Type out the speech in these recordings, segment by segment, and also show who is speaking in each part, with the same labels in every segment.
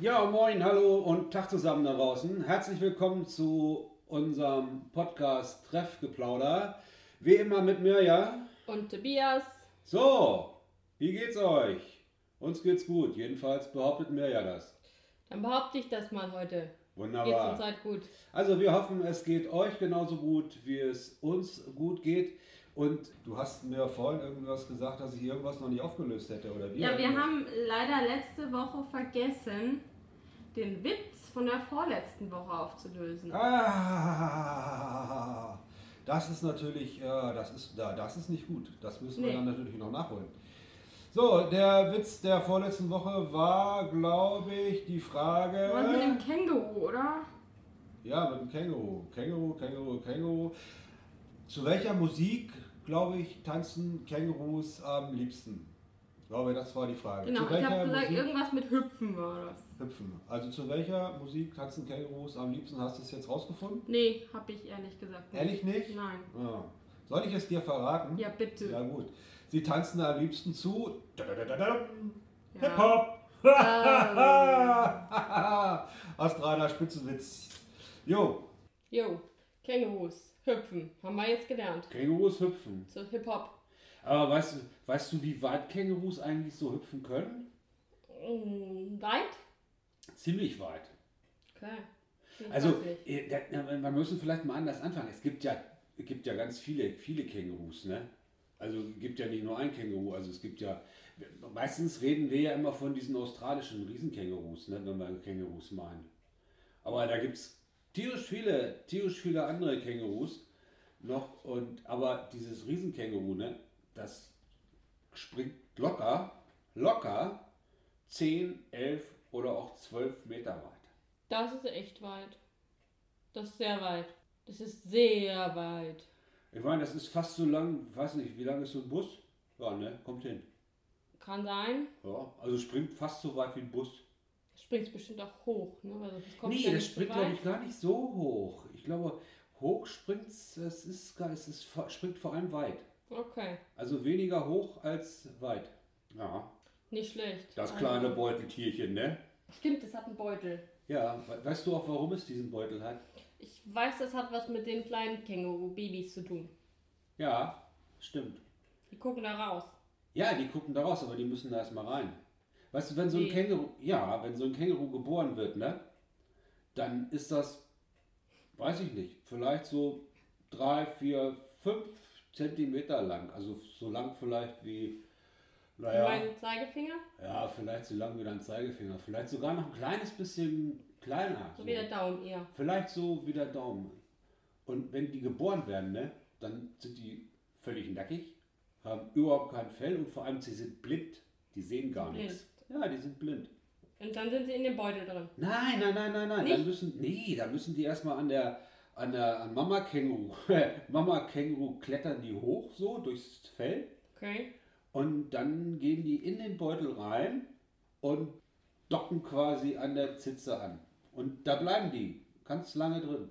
Speaker 1: Ja, moin, hallo und Tag zusammen da draußen. Herzlich willkommen zu unserem Podcast Treffgeplauder. Wie immer mit Mirja.
Speaker 2: Und Tobias.
Speaker 1: So, wie geht's euch? Uns geht's gut, jedenfalls behauptet Mirja das.
Speaker 2: Dann behaupte ich das mal heute. Geht's uns
Speaker 1: Wunderbar.
Speaker 2: halt gut.
Speaker 1: Also wir hoffen, es geht euch genauso gut, wie es uns gut geht. Und du hast mir vorhin irgendwas gesagt, dass ich irgendwas noch nicht aufgelöst hätte, oder wie?
Speaker 3: Ja, wir
Speaker 1: Irgendwas.
Speaker 3: haben leider letzte Woche vergessen, den Witz von der vorletzten Woche aufzulösen.
Speaker 1: Ah, das ist natürlich, äh, das ist, da, das ist nicht gut. Das müssen wir
Speaker 3: Nee.
Speaker 1: dann natürlich noch nachholen. So, der Witz der vorletzten Woche war, glaube ich, die Frage.
Speaker 3: Was mit dem Känguru, oder?
Speaker 1: Ja, mit dem Känguru. Känguru, Känguru, Känguru. Zu welcher Musik, glaube ich, tanzen Kängurus am liebsten? Ich glaube, das war die Frage.
Speaker 3: Genau,
Speaker 1: Zu
Speaker 3: ich
Speaker 1: welcher
Speaker 3: habe gesagt,
Speaker 1: Musik
Speaker 3: irgendwas mit Hüpfen war das.
Speaker 1: hüpfen? Also zu welcher Musik tanzen Kängurus am liebsten? Hast du es jetzt rausgefunden?
Speaker 3: Nee, habe ich ehrlich gesagt nicht.
Speaker 1: Ehrlich nicht?
Speaker 3: Nein.
Speaker 1: Ja. Soll ich es dir verraten?
Speaker 3: Ja, bitte.
Speaker 1: Ja, gut. Sie tanzen am liebsten zu. Dadadadadam.
Speaker 3: Ja. Ähm,
Speaker 1: Hip-Hop! Astraler Spitzenwitz. Jo.
Speaker 2: Jo, Kängurus, hüpfen, haben wir jetzt gelernt.
Speaker 1: Kängurus hüpfen.
Speaker 2: So Hip-Hop.
Speaker 1: Aber weißt du, weißt du, wie weit Kängurus eigentlich so hüpfen können?
Speaker 2: Mm, Weit?
Speaker 1: Ziemlich weit.
Speaker 2: Okay. Ich
Speaker 1: Also,
Speaker 2: weiß nicht.
Speaker 1: äh, da- na, wir müssen vielleicht mal anders anfangen. Es gibt ja, es gibt ja ganz viele, viele Kängurus, ne? Also es gibt ja nicht nur ein Känguru, also es gibt ja, meistens reden wir ja immer von diesen australischen Riesenkängurus, ne, wenn wir Kängurus meinen. Aber da gibt es tierisch viele, tierisch viele andere Kängurus noch und, aber dieses Riesenkänguru, ne, das springt locker, locker 10, 11 oder auch 12 Meter weit.
Speaker 2: Das ist echt weit. Das ist sehr weit. Das ist sehr weit.
Speaker 1: Ich meine, das ist fast so lang, weiß nicht, wie lang ist so ein Bus? Ja, ne? Kommt hin.
Speaker 2: Kann sein.
Speaker 1: Ja, also springt fast so weit wie ein Bus.
Speaker 2: Springt bestimmt auch hoch, ne? Also das kommt
Speaker 1: nee,
Speaker 2: ja
Speaker 1: das
Speaker 2: nicht
Speaker 1: springt,
Speaker 2: so
Speaker 1: glaube
Speaker 2: weit.
Speaker 1: ich, ne? gar nicht so hoch. Ich glaube, hoch springt es, ist, gar- es ist, vor- springt vor allem weit.
Speaker 2: Okay,
Speaker 1: Also weniger hoch als weit. Ja,
Speaker 2: nicht schlecht.
Speaker 1: das kleine
Speaker 2: Also-
Speaker 1: Beuteltierchen, ne?
Speaker 2: Stimmt, es hat einen Beutel.
Speaker 1: Ja, we- weißt du auch, warum es diesen Beutel hat?
Speaker 2: Ich weiß, das hat was mit den kleinen Känguru-Babys zu tun.
Speaker 1: Ja, stimmt.
Speaker 2: Die gucken da raus.
Speaker 1: Ja, die gucken da raus, aber die müssen da erstmal rein. Weißt du, wenn so ein
Speaker 2: Nee.
Speaker 1: Känguru, ja, wenn so ein Känguru geboren wird, ne, dann ist das, weiß ich nicht, vielleicht so drei, vier, fünf Zentimeter lang. Also so lang vielleicht wie, naja,
Speaker 2: Mein Zeigefinger,
Speaker 1: ja, vielleicht so lang wie dein Zeigefinger. Vielleicht sogar noch ein kleines bisschen kleiner.
Speaker 2: so
Speaker 1: so.
Speaker 2: wie der Daumen eher.
Speaker 1: Vielleicht so wie der Daumen. Und wenn die geboren werden, ne, dann sind die völlig nackig, haben überhaupt kein Fell und vor allem sie sind blind. Die sehen gar
Speaker 2: Blind.
Speaker 1: nichts. Ja, die sind blind.
Speaker 2: Und dann sind sie in dem Beutel drin.
Speaker 1: Nein, nein, nein, nein, nein. Dann
Speaker 2: Nicht?
Speaker 1: müssen, nee, dann müssen die erstmal an der, an der an Mama Känguru, Mama Känguru klettern die hoch so durchs Fell
Speaker 2: Okay.
Speaker 1: und dann gehen die in den Beutel rein und docken quasi an der Zitze an. Und da bleiben die ganz lange drin.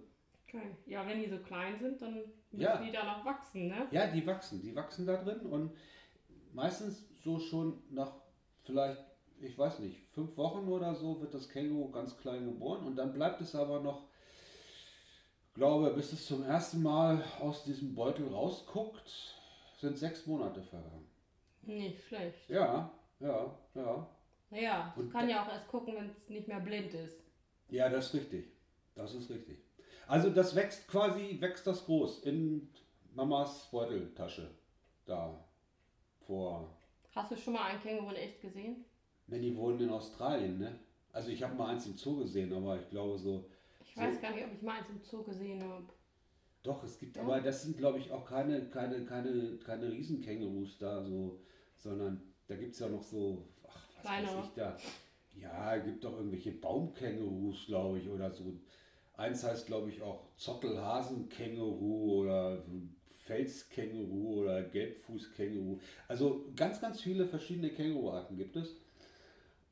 Speaker 2: okay. Ja, wenn die so klein sind, dann müssen
Speaker 1: Ja.
Speaker 2: die da noch wachsen, ne?
Speaker 1: Ja, die wachsen. Die wachsen da drin und meistens so schon nach vielleicht, ich weiß nicht, fünf Wochen oder so wird das Känguru ganz klein geboren und dann bleibt es aber noch, glaube, bis es zum ersten Mal aus diesem Beutel rausguckt, sind sechs Monate vergangen.
Speaker 2: Nicht schlecht.
Speaker 1: Ja, ja, ja.
Speaker 2: Naja,
Speaker 1: Und
Speaker 2: es kann ja auch erst gucken, wenn es nicht mehr blind ist.
Speaker 1: Ja, das ist richtig. Das ist richtig. Also das wächst quasi, wächst das groß in Mamas Beuteltasche. Da vor
Speaker 2: Hast du schon mal einen Känguru in echt gesehen?
Speaker 1: Ne, die wohnen in Australien, ne? Also ich habe mal eins im Zoo gesehen, aber ich glaube so,
Speaker 2: Ich
Speaker 1: So.
Speaker 2: weiß gar nicht, ob ich mal eins im Zoo gesehen habe.
Speaker 1: doch, es gibt,
Speaker 2: Ja.
Speaker 1: aber das sind glaube ich auch keine, keine, keine, keine Riesenkängurus da so, sondern da gibt es ja noch so, ach, was
Speaker 2: Kleinere.
Speaker 1: weiß ich da. Ja, gibt doch irgendwelche Baumkängurus, glaube ich, oder so. Eins heißt, glaube ich, auch Zottelhasenkänguru oder Felskänguru oder Gelbfußkänguru. Also ganz, ganz viele verschiedene Känguruarten gibt es.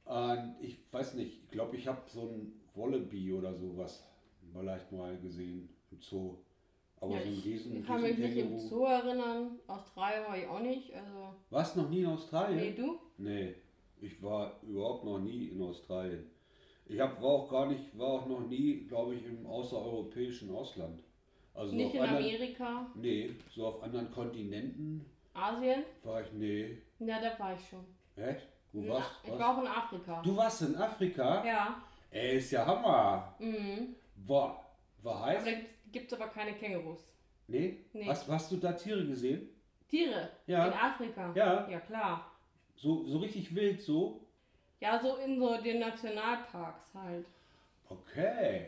Speaker 1: Und ich weiß nicht, ich glaube, ich habe so ein Wallaby oder sowas vielleicht mal gesehen im Zoo. Aber
Speaker 2: Ja,
Speaker 1: so ein
Speaker 2: ich
Speaker 1: riesen, riesen
Speaker 2: kann mich nicht im
Speaker 1: Känguru.
Speaker 2: Zoo erinnern. Australien war ich auch nicht. Also,
Speaker 1: Warst noch nie in
Speaker 2: nee,
Speaker 1: Also Australien?
Speaker 2: du?
Speaker 1: Nee, ich war überhaupt noch nie in Australien. Ich hab, war auch gar nicht, war auch noch nie, glaube ich, im außereuropäischen Ausland. Also
Speaker 2: Nicht
Speaker 1: auf
Speaker 2: in
Speaker 1: anderen,
Speaker 2: Amerika,
Speaker 1: Nee, so auf anderen Kontinenten
Speaker 2: Asien.
Speaker 1: war ich, nee.
Speaker 2: Na, da war ich schon.
Speaker 1: Echt? Wo
Speaker 2: Na,
Speaker 1: warst
Speaker 2: Ich
Speaker 1: was?
Speaker 2: war auch in Afrika.
Speaker 1: Du warst in Afrika?
Speaker 2: Ja.
Speaker 1: Ey, ist ja Hammer.
Speaker 2: Mhm.
Speaker 1: Boah, war
Speaker 2: Aber da
Speaker 1: heiß?
Speaker 2: gibt es aber keine Kängurus.
Speaker 1: Nee?
Speaker 2: Also, Nee.
Speaker 1: Hast, hast du da Tiere gesehen?
Speaker 2: Tiere
Speaker 1: Ja.
Speaker 2: in Afrika.
Speaker 1: Ja.
Speaker 2: Ja, klar.
Speaker 1: So, so richtig wild, so?
Speaker 2: Ja, so in so den Nationalparks halt.
Speaker 1: Okay.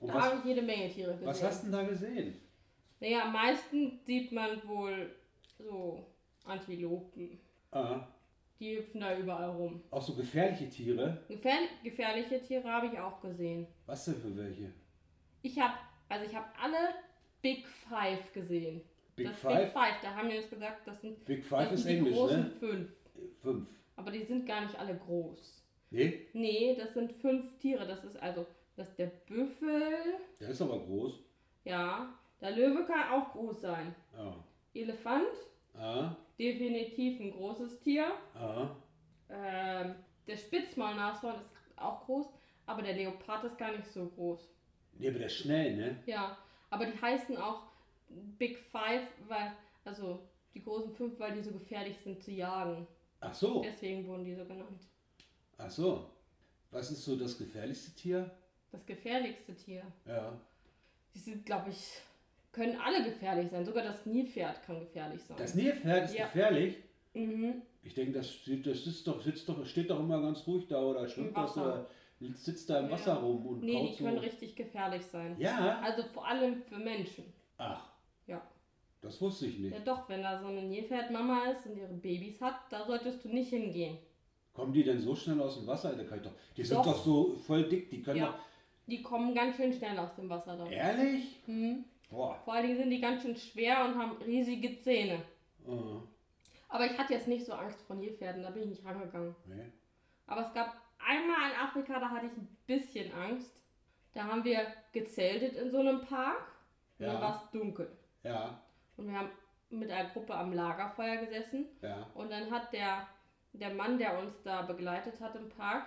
Speaker 1: Und
Speaker 2: Da habe
Speaker 1: was,
Speaker 2: ich jede Menge Tiere gesehen.
Speaker 1: was hast du denn da gesehen?
Speaker 2: Naja, am meisten sieht man wohl so Antilopen.
Speaker 1: Ah,
Speaker 2: Die hüpfen da überall rum.
Speaker 1: auch so gefährliche Tiere?
Speaker 2: Gefähr gefährliche Tiere habe ich auch gesehen.
Speaker 1: Was denn für welche?
Speaker 2: Ich habe, also ich habe alle Big Five gesehen.
Speaker 1: Big
Speaker 2: das Big
Speaker 1: Five?
Speaker 2: Five, da haben wir uns gesagt, das sind,
Speaker 1: Big
Speaker 2: das
Speaker 1: Five
Speaker 2: sind
Speaker 1: ist
Speaker 2: die
Speaker 1: Englisch,
Speaker 2: großen
Speaker 1: ne?
Speaker 2: fünf.
Speaker 1: Fünf.
Speaker 2: Aber die sind gar nicht alle groß.
Speaker 1: Nee,
Speaker 2: Nee, das sind fünf Tiere. Das ist also, das ist der Büffel.
Speaker 1: der ist aber groß.
Speaker 2: Ja, der Löwe kann auch groß sein.
Speaker 1: Ah,
Speaker 2: Elefant,
Speaker 1: ah,
Speaker 2: definitiv ein großes Tier.
Speaker 1: ah.
Speaker 2: Ähm, der Spitzmaulnashorn ist auch groß, aber der Leopard ist gar nicht so groß.
Speaker 1: Nee, aber der ist schnell, ne?
Speaker 2: Ja, aber die heißen auch Big Five, weil, also die großen fünf, weil die so gefährlich sind zu jagen.
Speaker 1: Ach so,
Speaker 2: Deswegen wurden die so genannt.
Speaker 1: ach so. Was ist so das gefährlichste Tier?
Speaker 2: Das gefährlichste Tier.
Speaker 1: Ja.
Speaker 2: Die sind, glaube ich, können alle gefährlich sein. Sogar das Nilpferd kann gefährlich sein.
Speaker 1: Das Nilpferd ist
Speaker 2: Ja.
Speaker 1: gefährlich.
Speaker 2: mhm.
Speaker 1: Ich denke, das, steht- das sitzt doch, sitzt doch, steht doch immer ganz ruhig da oder schwimmt das
Speaker 2: Wasser.
Speaker 1: oder sitzt da im
Speaker 2: Ja.
Speaker 1: Wasser rum und
Speaker 2: Nee,
Speaker 1: kaut
Speaker 2: die können
Speaker 1: so.
Speaker 2: richtig gefährlich sein.
Speaker 1: Ja?
Speaker 2: Also vor allem für Menschen.
Speaker 1: Ach,
Speaker 2: Ja.
Speaker 1: das wusste ich nicht.
Speaker 2: Ja doch, wenn da so eine Nilpferdmama ist und ihre Babys hat, da solltest du nicht hingehen.
Speaker 1: Kommen die denn so schnell aus dem Wasser? Da kann ich doch, die sind
Speaker 2: Doch.
Speaker 1: doch, so voll dick, die können
Speaker 2: Ja. Die kommen ganz schön schnell aus dem Wasser
Speaker 1: doch.
Speaker 2: dann.
Speaker 1: Ehrlich?
Speaker 2: Mhm.
Speaker 1: Boah.
Speaker 2: Vor allen Dingen sind die ganz schön schwer und haben riesige Zähne.
Speaker 1: Äh,
Speaker 2: Aber ich hatte jetzt nicht so Angst vor Nilpferden, da bin ich nicht rangegangen.
Speaker 1: nee.
Speaker 2: Aber es gab einmal in Afrika, da hatte ich ein bisschen Angst. Da haben wir gezeltet in so einem Park und
Speaker 1: Ja.
Speaker 2: dann war es dunkel.
Speaker 1: Ja,
Speaker 2: Und wir haben mit einer Gruppe am Lagerfeuer gesessen
Speaker 1: ja.
Speaker 2: und dann hat der, der Mann, der uns da begleitet hat im Park,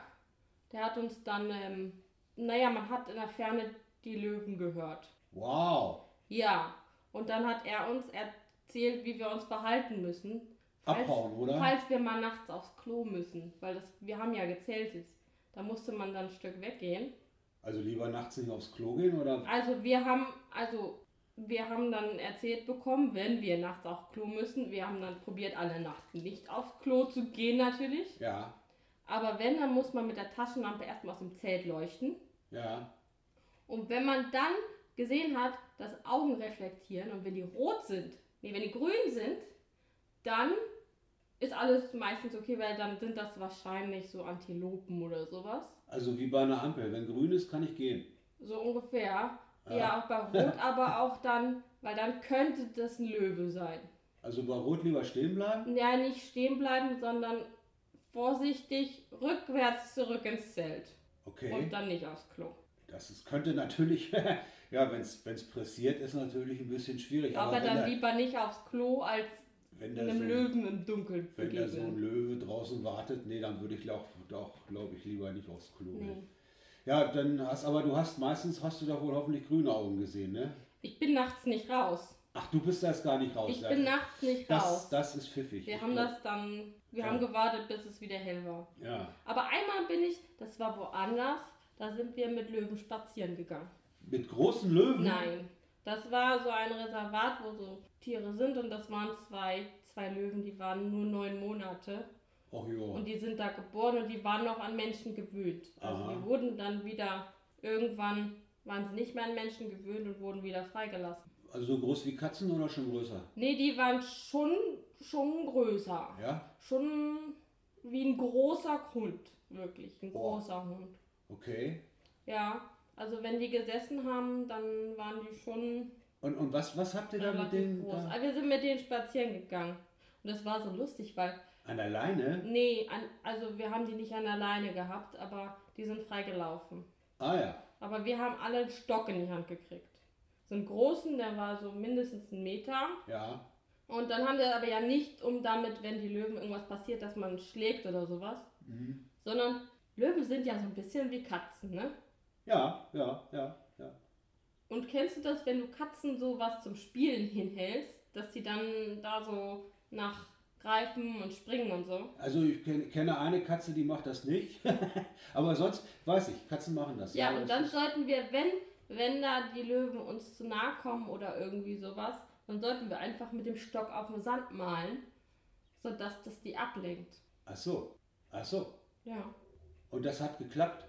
Speaker 2: der hat uns dann, ähm, naja, man hat in der Ferne die Löwen gehört.
Speaker 1: Wow.
Speaker 2: Ja, und dann hat er uns erzählt, wie wir uns verhalten müssen.
Speaker 1: Abhauen, oder?
Speaker 2: Falls wir mal nachts aufs Klo müssen, weil das, wir haben ja gezeltet. Da musste man dann ein Stück weggehen.
Speaker 1: Also lieber nachts nicht aufs Klo gehen oder?
Speaker 2: Also wir haben, also wir haben dann erzählt bekommen, wenn wir nachts aufs Klo müssen, wir haben dann probiert, alle Nacht nicht aufs Klo zu gehen natürlich.
Speaker 1: Ja,
Speaker 2: Aber wenn, dann muss man mit der Taschenlampe erstmal aus dem Zelt leuchten.
Speaker 1: ja.
Speaker 2: Und wenn man dann gesehen hat, dass Augen reflektieren und wenn die rot sind, nee, wenn die grün sind, dann ist alles meistens okay, weil dann sind das wahrscheinlich so Antilopen oder sowas.
Speaker 1: Also wie bei einer Ampel. Wenn grün ist, kann ich gehen. Äh,
Speaker 2: So ungefähr.
Speaker 1: Ja.
Speaker 2: Ja, bei Rot aber auch dann, weil dann könnte das ein Löwe sein.
Speaker 1: Also bei Rot lieber stehen bleiben?
Speaker 2: Ja, nicht stehen bleiben, sondern vorsichtig rückwärts zurück ins Zelt.
Speaker 1: Okay.
Speaker 2: Und dann nicht aufs Klo.
Speaker 1: Das ist, könnte natürlich, ja, wenn es pressiert ist, natürlich ein bisschen schwierig.
Speaker 2: Aber,
Speaker 1: wenn,
Speaker 2: dann
Speaker 1: da,
Speaker 2: lieber nicht aufs Klo als
Speaker 1: wenn, da
Speaker 2: einem
Speaker 1: so,
Speaker 2: Löwen im Dunkeln
Speaker 1: wenn da so ein
Speaker 2: begegnen.
Speaker 1: Löwe draußen wartet, nee, dann würde ich auch, auch glaube ich, lieber nicht aufs Klo
Speaker 2: Nee.
Speaker 1: gehen. Ja, dann hast, aber du hast meistens, hast du da wohl hoffentlich grüne Augen gesehen, ne?
Speaker 2: Ich bin nachts nicht raus.
Speaker 1: Ach, du bist da jetzt gar nicht raus.
Speaker 2: Ich
Speaker 1: ja.
Speaker 2: bin nachts nicht
Speaker 1: das,
Speaker 2: raus.
Speaker 1: das ist pfiffig.
Speaker 2: wir
Speaker 1: Ich
Speaker 2: haben
Speaker 1: glaub-
Speaker 2: das dann, wir
Speaker 1: Ja.
Speaker 2: haben gewartet, bis es wieder hell war.
Speaker 1: Ja,
Speaker 2: Aber einmal bin ich, das war woanders, da sind wir mit Löwen spazieren gegangen.
Speaker 1: mit großen Löwen?
Speaker 2: Nein, das war so ein Reservat, wo so Tiere sind und das waren zwei, zwei Löwen, die waren nur neun Monate
Speaker 1: Och jo.
Speaker 2: und die sind da geboren und die waren noch an Menschen gewöhnt. Also
Speaker 1: Aha.
Speaker 2: die wurden dann wieder irgendwann waren sie nicht mehr an Menschen gewöhnt und wurden wieder freigelassen.
Speaker 1: Also so groß wie Katzen oder schon größer?
Speaker 2: Nee, die waren schon, schon größer.
Speaker 1: Ja,
Speaker 2: schon wie ein großer Hund, wirklich. Ein
Speaker 1: Boah.
Speaker 2: großer Hund.
Speaker 1: okay.
Speaker 2: Ja, also wenn die gesessen haben, dann waren die schon
Speaker 1: Und, und was, was habt ihr da mit
Speaker 2: relativ
Speaker 1: denen?
Speaker 2: groß. Also
Speaker 1: Da?
Speaker 2: Aber wir sind mit denen spazieren gegangen. Und das war so lustig, weil,
Speaker 1: An der Leine?
Speaker 2: nee, an, also wir haben die nicht an der Leine gehabt, aber die sind frei gelaufen.
Speaker 1: Ah ja.
Speaker 2: Aber wir haben alle einen Stock in die Hand gekriegt. So einen großen, der war so mindestens einen Meter.
Speaker 1: Ja,
Speaker 2: Und dann haben wir aber ja nicht, um damit, wenn die Löwen irgendwas passiert, dass man schlägt oder sowas,
Speaker 1: mhm.
Speaker 2: sondern Löwen sind ja so ein bisschen wie Katzen, ne?
Speaker 1: Ja, ja, ja, ja.
Speaker 2: Und kennst du das, wenn du Katzen so was zum Spielen hinhältst, dass die dann da so nachgreifen und springen und so?
Speaker 1: Also ich ken- kenne eine Katze, die macht das nicht. Aber sonst weiß ich, Katzen machen das.
Speaker 2: Ja, und
Speaker 1: das
Speaker 2: dann
Speaker 1: ist-
Speaker 2: sollten wir, wenn, wenn da die Löwen uns zu nahe kommen oder irgendwie sowas, dann sollten wir einfach mit dem Stock auf den Sand malen, sodass das die ablenkt.
Speaker 1: Ach so, ach so.
Speaker 2: Ja.
Speaker 1: Und das hat geklappt.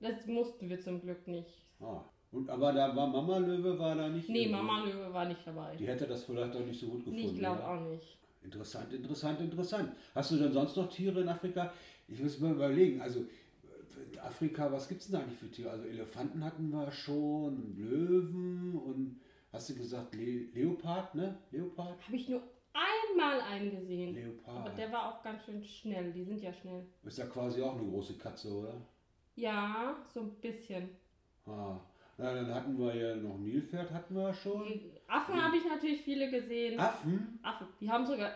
Speaker 2: Das mussten wir zum Glück nicht.
Speaker 1: Ah. Und, aber da war Mama Löwe war da nicht.
Speaker 2: Nee,
Speaker 1: irgendwie-
Speaker 2: Mama Löwe war nicht dabei.
Speaker 1: Die hätte das vielleicht auch nicht so gut gefunden.
Speaker 2: Nee, ich glaube
Speaker 1: oder?
Speaker 2: auch nicht.
Speaker 1: Interessant, interessant, interessant. Hast du denn sonst noch Tiere in Afrika? Ich muss mal überlegen. Also, in Afrika, was gibt es denn eigentlich für Tiere? Also, Elefanten hatten wir schon, und Löwen und hast du gesagt Le Leopard, ne? Leopard?
Speaker 2: Habe ich nur einmal einen gesehen. Aber
Speaker 1: Leopard.
Speaker 2: der war auch ganz schön schnell. Die sind ja schnell.
Speaker 1: Ist ja quasi auch eine große Katze, oder?
Speaker 2: Ja, so ein bisschen.
Speaker 1: Ah. Na, dann hatten wir ja noch Nilpferd, hatten wir schon.
Speaker 2: Affen
Speaker 1: Mhm.
Speaker 2: habe ich natürlich viele gesehen.
Speaker 1: Ah. Affen?
Speaker 2: Affen. Die haben sogar,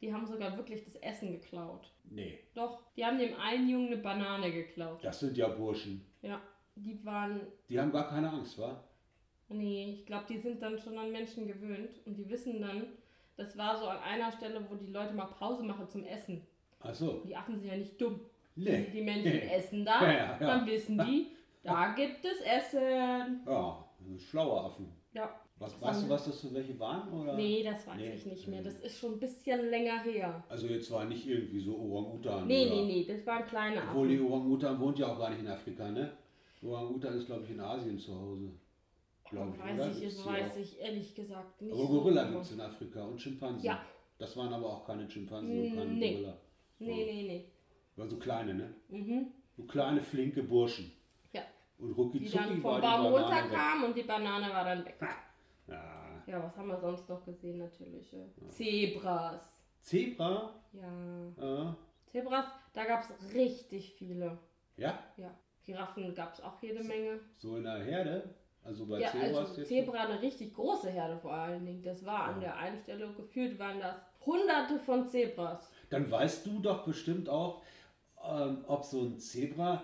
Speaker 2: die haben sogar wirklich das Essen geklaut.
Speaker 1: Nee,
Speaker 2: Doch, die haben dem einen Jungen eine Banane geklaut.
Speaker 1: das sind ja Burschen.
Speaker 2: Die waren.
Speaker 1: Die haben gar keine Angst, wa?
Speaker 2: Nee, ich glaube, die sind dann schon an Menschen gewöhnt und die wissen dann, das war so an einer Stelle, wo die Leute mal Pause machen zum Essen.
Speaker 1: Ach so.
Speaker 2: Die Affen sind ja nicht dumm.
Speaker 1: Nee.
Speaker 2: Die Menschen
Speaker 1: Nee.
Speaker 2: essen da,
Speaker 1: Ja, ja, ja.
Speaker 2: dann wissen die, da gibt es Essen.
Speaker 1: Ja, ein schlauer Affen.
Speaker 2: Ja.
Speaker 1: Was, weißt du, was das für welche waren? Oder?
Speaker 2: Nee, das weiß
Speaker 1: Nee.
Speaker 2: ich nicht mehr.
Speaker 1: Mhm.
Speaker 2: Das ist schon ein bisschen länger her.
Speaker 1: Also jetzt war nicht irgendwie so Orang-Utan.
Speaker 2: Nee,
Speaker 1: oder?
Speaker 2: nee, nee, das waren kleine Affen.
Speaker 1: Obwohl die Orang-Utan wohnt ja auch gar nicht in Afrika, ne? Orang-Utan ist, glaube ich, in Asien zu Hause. Glaube ich,
Speaker 2: weiß
Speaker 1: oder?
Speaker 2: ich,
Speaker 1: Gibt's
Speaker 2: das
Speaker 1: die
Speaker 2: weiß
Speaker 1: auch?
Speaker 2: ich ehrlich gesagt nicht.
Speaker 1: Aber Gorilla gibt es in Afrika und Schimpansen.
Speaker 2: Ja.
Speaker 1: Das waren aber auch keine Schimpansen und keine
Speaker 2: Nee.
Speaker 1: Gorilla.
Speaker 2: genau. Nee, nee,
Speaker 1: War so kleine, ne?
Speaker 2: nee. Mhm.
Speaker 1: So kleine, flinke Burschen.
Speaker 2: Ja.
Speaker 1: Und
Speaker 2: Die,
Speaker 1: rucki
Speaker 2: dann
Speaker 1: zucki war
Speaker 2: vom
Speaker 1: die
Speaker 2: Baum
Speaker 1: Banane weg.
Speaker 2: runterkamen und die Banane war dann weg.
Speaker 1: Ja.
Speaker 2: Ja, was haben wir sonst noch gesehen natürlich? ja. Zebras.
Speaker 1: Zebra?
Speaker 2: Ja.
Speaker 1: Äh,
Speaker 2: Zebras, da gab es richtig viele.
Speaker 1: ja,
Speaker 2: Giraffen gab es auch jede Menge.
Speaker 1: so in der Herde. Also bei
Speaker 2: Ja,
Speaker 1: Zebras
Speaker 2: also
Speaker 1: jetzt.
Speaker 2: Zebra eine richtig große Herde vor allen Dingen. Das war an
Speaker 1: Ja.
Speaker 2: der einen Stelle gefühlt waren das hunderte von Zebras.
Speaker 1: Dann weißt du doch bestimmt auch, ähm, ob so ein Zebra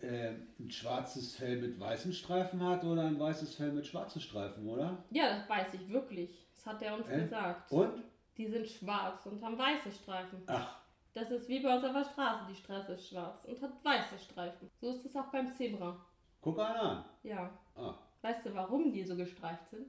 Speaker 1: äh, ein schwarzes Fell mit weißen Streifen hat oder ein weißes Fell mit schwarzen Streifen, oder?
Speaker 2: Ja, das weiß ich wirklich. Das hat er uns
Speaker 1: Äh?
Speaker 2: gesagt.
Speaker 1: Und?
Speaker 2: Die sind schwarz und haben weiße Streifen.
Speaker 1: Ach,
Speaker 2: Das ist wie bei uns auf der Straße. Die Straße ist schwarz und hat weiße Streifen. So ist es auch beim Zebra.
Speaker 1: guck einer an.
Speaker 2: Ja.
Speaker 1: Ah.
Speaker 2: Weißt du, warum die so gestreift sind?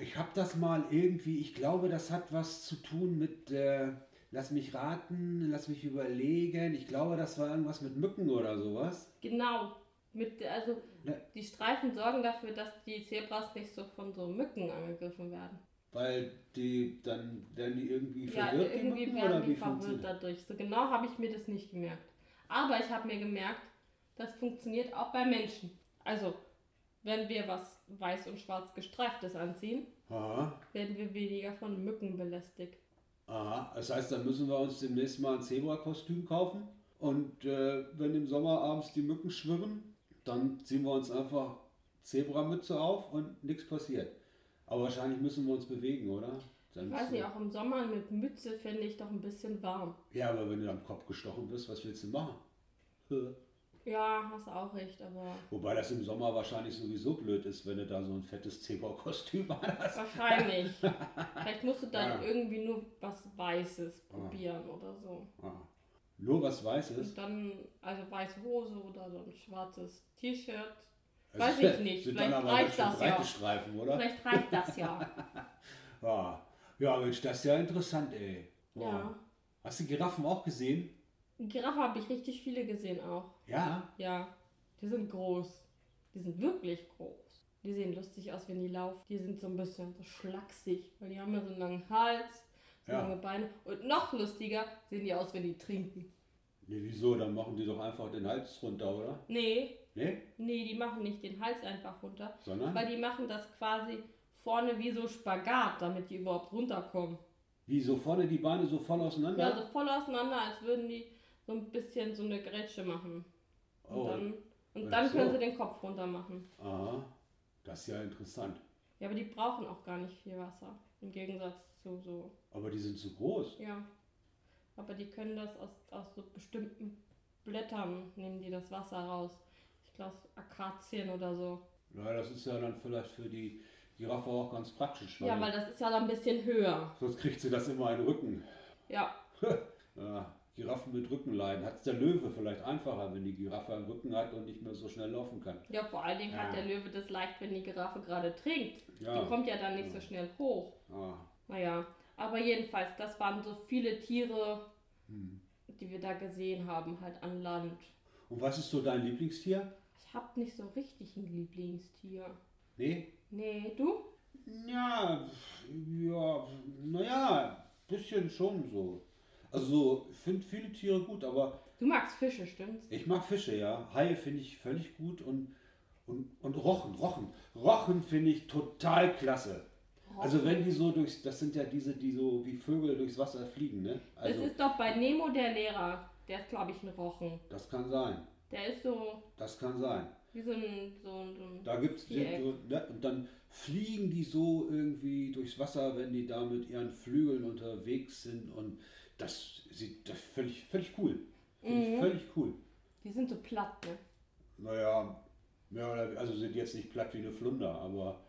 Speaker 1: Ich habe das mal irgendwie, ich glaube, das hat was zu tun mit, äh, lass mich raten, lass mich überlegen. Ich glaube, das war irgendwas mit Mücken oder sowas.
Speaker 2: Genau. Mit, der- also,
Speaker 1: Ne.
Speaker 2: die Streifen sorgen dafür, dass die Zebras nicht so von so Mücken angegriffen werden.
Speaker 1: Weil die, dann werden die irgendwie
Speaker 2: Ja,
Speaker 1: verwirrt, die
Speaker 2: irgendwie
Speaker 1: Mücken,
Speaker 2: werden
Speaker 1: oder wie
Speaker 2: die verwirrt
Speaker 1: funktioniert das?
Speaker 2: dadurch. So genau habe ich mir das nicht gemerkt. Aber ich habe mir gemerkt, das funktioniert auch bei Menschen. Also, wenn wir was weiß und schwarz gestreiftes anziehen,
Speaker 1: Aha,
Speaker 2: werden wir weniger von Mücken belästigt.
Speaker 1: aha. Das heißt, dann müssen wir uns demnächst mal ein Zebra-Kostüm kaufen. Und äh, wenn im Sommer abends die Mücken schwirren, dann ziehen wir uns einfach Zebramütze auf und nichts passiert. Aber wahrscheinlich müssen wir uns bewegen, oder? Dann
Speaker 2: Ich weiß
Speaker 1: müssen
Speaker 2: nicht,
Speaker 1: wir-
Speaker 2: auch im Sommer mit Mütze finde ich doch ein bisschen warm.
Speaker 1: Ja, aber wenn du am Kopf gestochen wirst, was willst du machen? Hä?
Speaker 2: Ja, hast auch recht, aber
Speaker 1: Wobei das im Sommer wahrscheinlich sowieso blöd ist, wenn du da so ein fettes Zebra-Kostüm anhast.
Speaker 2: wahrscheinlich. Vielleicht musst du dann
Speaker 1: Ja.
Speaker 2: irgendwie nur was Weißes probieren oder so.
Speaker 1: Ah. Nur was Weißes.
Speaker 2: Und dann, also weiße Hose oder so ein schwarzes T-Shirt. Weiß ich nicht,
Speaker 1: Also Sind dann
Speaker 2: vielleicht
Speaker 1: aber ganz
Speaker 2: reicht
Speaker 1: schön
Speaker 2: das
Speaker 1: breite
Speaker 2: ja.
Speaker 1: Streifen, oder?
Speaker 2: Vielleicht reicht das ja.
Speaker 1: Ja. ja, Mensch, das ist ja interessant, ey. Wow.
Speaker 2: Ja.
Speaker 1: Hast du Giraffen auch gesehen?
Speaker 2: Giraffe habe ich richtig viele gesehen auch.
Speaker 1: Ja.
Speaker 2: Ja, die sind groß. Die sind wirklich groß. Die sehen lustig aus, wenn die laufen. Die sind so ein bisschen so schlaksig, weil die haben ja so einen langen Hals, so
Speaker 1: Ja.
Speaker 2: lange Beine. Und noch lustiger sehen die aus, wenn die trinken.
Speaker 1: Nee, wieso? Dann machen die doch einfach den Hals runter, oder?
Speaker 2: Nee,
Speaker 1: Nee?
Speaker 2: nee, die machen nicht den Hals einfach runter,
Speaker 1: Sondern?
Speaker 2: weil die machen das quasi vorne wie so Spagat, damit die überhaupt runterkommen.
Speaker 1: Wie so vorne die Beine so voll auseinander?
Speaker 2: Ja, so voll auseinander, als würden die so ein bisschen so eine Grätsche machen. Und
Speaker 1: oh.
Speaker 2: dann, und
Speaker 1: Ach
Speaker 2: dann können
Speaker 1: so.
Speaker 2: sie den Kopf runter machen.
Speaker 1: Aha. Das ist ja interessant.
Speaker 2: Ja, aber die brauchen auch gar nicht viel Wasser. Im Gegensatz zu so,
Speaker 1: Aber die sind zu groß.
Speaker 2: ja. Aber die können das aus, aus so bestimmten Blättern nehmen die das Wasser raus. Ich glaube, Akazien oder so.
Speaker 1: Ja, das ist ja dann vielleicht für die Giraffe auch ganz praktisch.
Speaker 2: Ja, weil das ist ja dann ein bisschen höher.
Speaker 1: sonst kriegt sie das immer in den Rücken.
Speaker 2: Ja,
Speaker 1: Ja, Giraffen mit Rückenleiden. Hat es der Löwe vielleicht einfacher, wenn die Giraffe einen Rücken hat und nicht mehr so schnell laufen kann.
Speaker 2: ja vor allen Dingen hat
Speaker 1: Ja.
Speaker 2: der Löwe das leicht, wenn die Giraffe gerade trinkt. Die
Speaker 1: Ja.
Speaker 2: kommt ja dann nicht so schnell hoch.
Speaker 1: Ah.
Speaker 2: Naja, aber jedenfalls, das waren so viele Tiere,
Speaker 1: Hm.
Speaker 2: die wir da gesehen haben, halt an Land.
Speaker 1: Und was ist so dein Lieblingstier?
Speaker 2: Ich hab nicht so richtig ein Lieblingstier.
Speaker 1: Nee?
Speaker 2: Nee, du?
Speaker 1: Ja, ja, naja, bisschen schon so. Also, ich finde viele Tiere gut, aber
Speaker 2: Du magst Fische, stimmt's?
Speaker 1: ich mag Fische, ja. Haie finde ich völlig gut und, und, und Rochen, Rochen. Rochen finde ich total klasse. Also, wenn die so durchs, das sind ja diese, die so wie Vögel durchs Wasser fliegen, ne?
Speaker 2: das
Speaker 1: Also,
Speaker 2: ist doch bei Nemo der Lehrer. Der ist, glaube ich, ein Rochen.
Speaker 1: das kann sein.
Speaker 2: Der ist so
Speaker 1: Das kann sein.
Speaker 2: wie so ein. So ein, so ein
Speaker 1: Da gibt's die,
Speaker 2: Viereck.
Speaker 1: so- ne, und dann fliegen die so irgendwie durchs Wasser, wenn die da mit ihren Flügeln unterwegs sind und das sieht das völlig völlig cool. Finde
Speaker 2: Mhm.
Speaker 1: ich völlig cool.
Speaker 2: die sind so platt, ne?
Speaker 1: Naja, mehr oder, also sind jetzt nicht platt wie eine Flunder, aber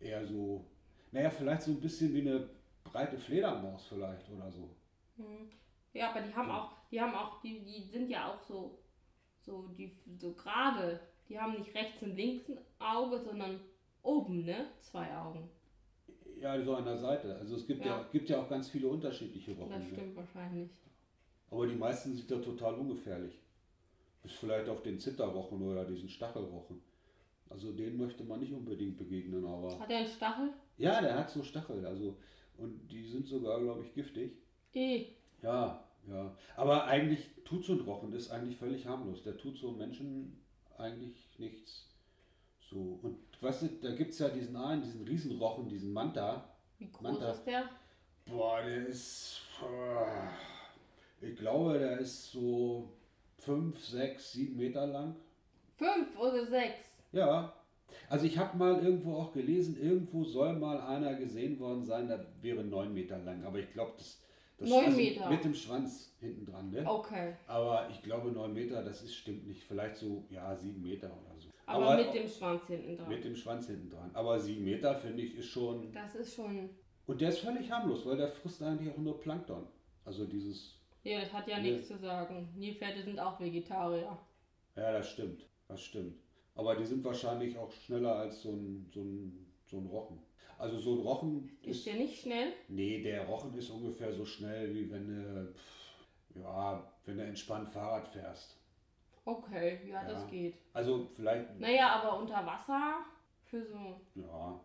Speaker 1: eher so, naja, vielleicht so ein bisschen wie eine breite Fledermaus vielleicht oder so.
Speaker 2: Mhm. Ja, aber die haben
Speaker 1: Ja.
Speaker 2: auch, die haben auch, die, die sind ja auch so, so, die, so gerade. Die haben nicht rechts und links ein Auge, sondern oben, ne? Zwei Augen.
Speaker 1: Ja, so an der Seite. Also es gibt ja,
Speaker 2: Ja.
Speaker 1: gibt ja auch ganz viele unterschiedliche Rochen.
Speaker 2: Das
Speaker 1: ne?
Speaker 2: stimmt wahrscheinlich.
Speaker 1: Aber die meisten sind ja total ungefährlich. Bis vielleicht auf den Zitterrochen oder diesen Stachelrochen. Also den möchte man nicht unbedingt begegnen, aber.
Speaker 2: Hat er einen Stachel?
Speaker 1: Ja, der hat so Stachel. Also, und die sind sogar, glaube ich, giftig.
Speaker 2: Eh.
Speaker 1: Ja, ja. Aber eigentlich tut so ein Rochen, ist eigentlich völlig harmlos. Der tut so Menschen eigentlich nichts. So. Und weißt du, da gibt es ja diesen einen, diesen Riesenrochen, diesen Manta.
Speaker 2: Wie groß
Speaker 1: Manta.
Speaker 2: ist der?
Speaker 1: Boah, der ist. äh, Ich glaube, der ist so 5, 6, 7 Meter lang.
Speaker 2: Fünf oder sechs.
Speaker 1: Ja. Also ich habe mal irgendwo auch gelesen, irgendwo soll mal einer gesehen worden sein, der wäre 9 Meter lang. Aber ich glaube, das, das also
Speaker 2: Neun Meter.
Speaker 1: mit dem Schwanz hinten dran, ne?
Speaker 2: Okay.
Speaker 1: Aber ich glaube 9 Meter, das ist stimmt nicht. Vielleicht so, ja, 7 Meter oder so.
Speaker 2: Aber, mit dem Schwanz hinten dran.
Speaker 1: mit dem Schwanz hinten dran. Aber 7 Meter finde ich ist schon.
Speaker 2: Das ist schon.
Speaker 1: Und der ist völlig harmlos, weil der frisst eigentlich auch nur Plankton. Also dieses
Speaker 2: Ja, das hat ja
Speaker 1: Nee.
Speaker 2: nichts zu sagen. Nilpferde sind auch Vegetarier.
Speaker 1: Ja, das stimmt. Das stimmt. Aber die sind wahrscheinlich auch schneller als so ein, so ein, so ein Rochen. Also so ein Rochen
Speaker 2: Ist
Speaker 1: ist.
Speaker 2: der nicht schnell?
Speaker 1: Nee, der Rochen ist ungefähr so schnell, wie wenn du, pff, ja, wenn du entspannt Fahrrad fährst.
Speaker 2: Okay, ja,
Speaker 1: Ja.
Speaker 2: das geht.
Speaker 1: Also vielleicht,
Speaker 2: Naja, aber unter Wasser für so
Speaker 1: ja,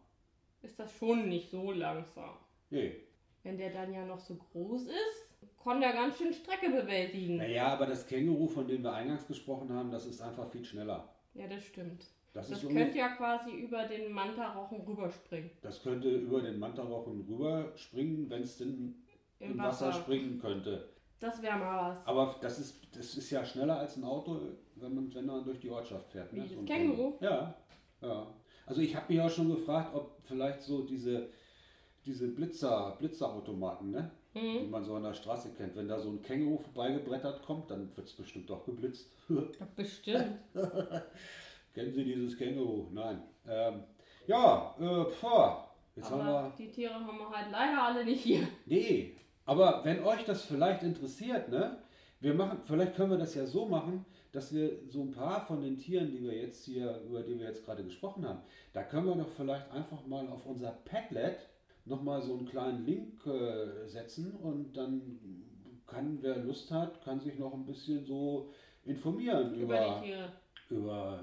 Speaker 2: ist das schon nicht so langsam.
Speaker 1: nee.
Speaker 2: Wenn der dann ja noch so groß ist, kann der ganz schön Strecke bewältigen.
Speaker 1: Naja, aber das Känguru, von dem wir eingangs gesprochen haben, das ist einfach viel schneller.
Speaker 2: Ja, das stimmt.
Speaker 1: Das,
Speaker 2: Das
Speaker 1: ist um ungefähr,
Speaker 2: könnte ja quasi über den Mantarochen rüberspringen.
Speaker 1: das könnte über den Mantarochen rüber springen, wenn es denn
Speaker 2: Im,
Speaker 1: im
Speaker 2: Wasser.
Speaker 1: Wasser springen könnte.
Speaker 2: Das wäre mal was.
Speaker 1: Aber das ist, das ist ja schneller als ein Auto, wenn man, wenn man durch die Ortschaft fährt.
Speaker 2: Wie das
Speaker 1: ein
Speaker 2: Känguru?
Speaker 1: Ja, ja. Also ich habe mich auch schon gefragt, ob vielleicht so diese, diese Blitzer, Blitzerautomaten, ne? die
Speaker 2: Mhm.
Speaker 1: man so an der Straße kennt, wenn da so ein Känguru vorbeigebrettert kommt, dann wird es bestimmt auch geblitzt.
Speaker 2: Bestimmt.
Speaker 1: Kennen Sie dieses Känguru? Nein. Ähm, ja, äh, pfa. Jetzt haben wir
Speaker 2: Aber die Tiere haben wir halt leider alle nicht hier.
Speaker 1: Nee, aber wenn euch das vielleicht interessiert, ne? Wir machen, vielleicht können wir das ja so machen, dass wir so ein paar von den Tieren, die wir jetzt hier, über die wir jetzt gerade gesprochen haben, da können wir doch vielleicht einfach mal auf unser Padlet nochmal so einen kleinen Link äh, setzen und dann kann, wer Lust hat, kann sich noch ein bisschen so informieren
Speaker 2: Über,
Speaker 1: über,
Speaker 2: die Tiere.
Speaker 1: über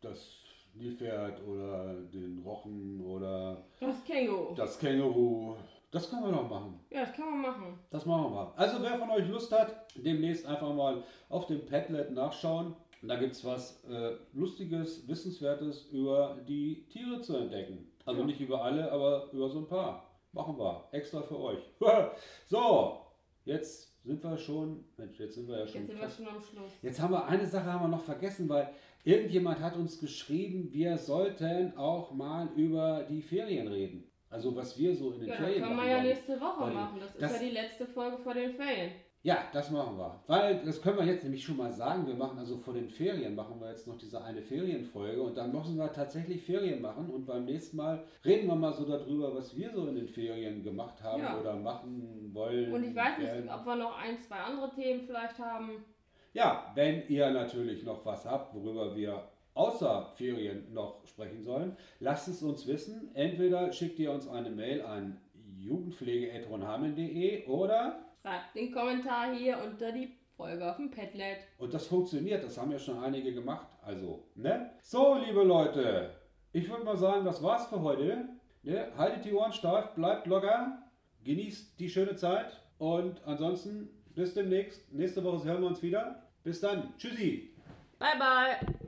Speaker 1: das Nilpferd oder den Rochen oder
Speaker 2: Das Känguru.
Speaker 1: das Känguru. Das können wir doch machen.
Speaker 2: Ja, das kann man machen.
Speaker 1: Das machen wir mal. Also wer von euch Lust hat, demnächst einfach mal auf dem Padlet nachschauen. Da gibt es was äh, Lustiges, Wissenswertes über die Tiere zu entdecken. Also
Speaker 2: Ja.
Speaker 1: nicht über alle, aber über so ein paar. Machen wir. Extra für euch. so, jetzt sind wir schon. Mensch, jetzt sind wir ja schon.
Speaker 2: Jetzt sind wir
Speaker 1: fast-
Speaker 2: schon am Schluss.
Speaker 1: Jetzt haben wir eine Sache haben wir noch vergessen, weil irgendjemand hat uns geschrieben, wir sollten auch mal über die Ferien reden. Also was wir so in den
Speaker 2: Ja, das
Speaker 1: Ferien
Speaker 2: können wir
Speaker 1: machen
Speaker 2: ja
Speaker 1: wollen.
Speaker 2: nächste Woche
Speaker 1: Warte,
Speaker 2: machen. Das,
Speaker 1: das-
Speaker 2: ist ja die letzte Folge vor den Ferien.
Speaker 1: Ja, das machen wir. Weil, das können wir jetzt nämlich schon mal sagen, wir machen also vor den Ferien, machen wir jetzt noch diese eine Ferienfolge und dann müssen wir tatsächlich Ferien machen und beim nächsten Mal reden wir mal so darüber, was wir so in den Ferien gemacht haben
Speaker 2: Ja.
Speaker 1: oder machen wollen.
Speaker 2: Und ich weiß
Speaker 1: werden.
Speaker 2: nicht, ob wir noch ein, zwei andere Themen vielleicht haben.
Speaker 1: Ja, wenn ihr natürlich noch was habt, worüber wir außer Ferien noch sprechen sollen, lasst es uns wissen. Entweder schickt ihr uns eine Mail an jugendpflege.ronhameln.de oder,
Speaker 2: Schreibt den Kommentar hier unter die Folge auf dem Padlet.
Speaker 1: und das funktioniert, das haben ja schon einige gemacht, also, ne? So, liebe Leute, ich würde mal sagen, das war's für heute. Ne? Haltet die Ohren steif, bleibt locker, genießt die schöne Zeit und ansonsten bis demnächst. Nächste Woche hören wir uns wieder. Bis dann. Tschüssi.
Speaker 2: Bye, bye.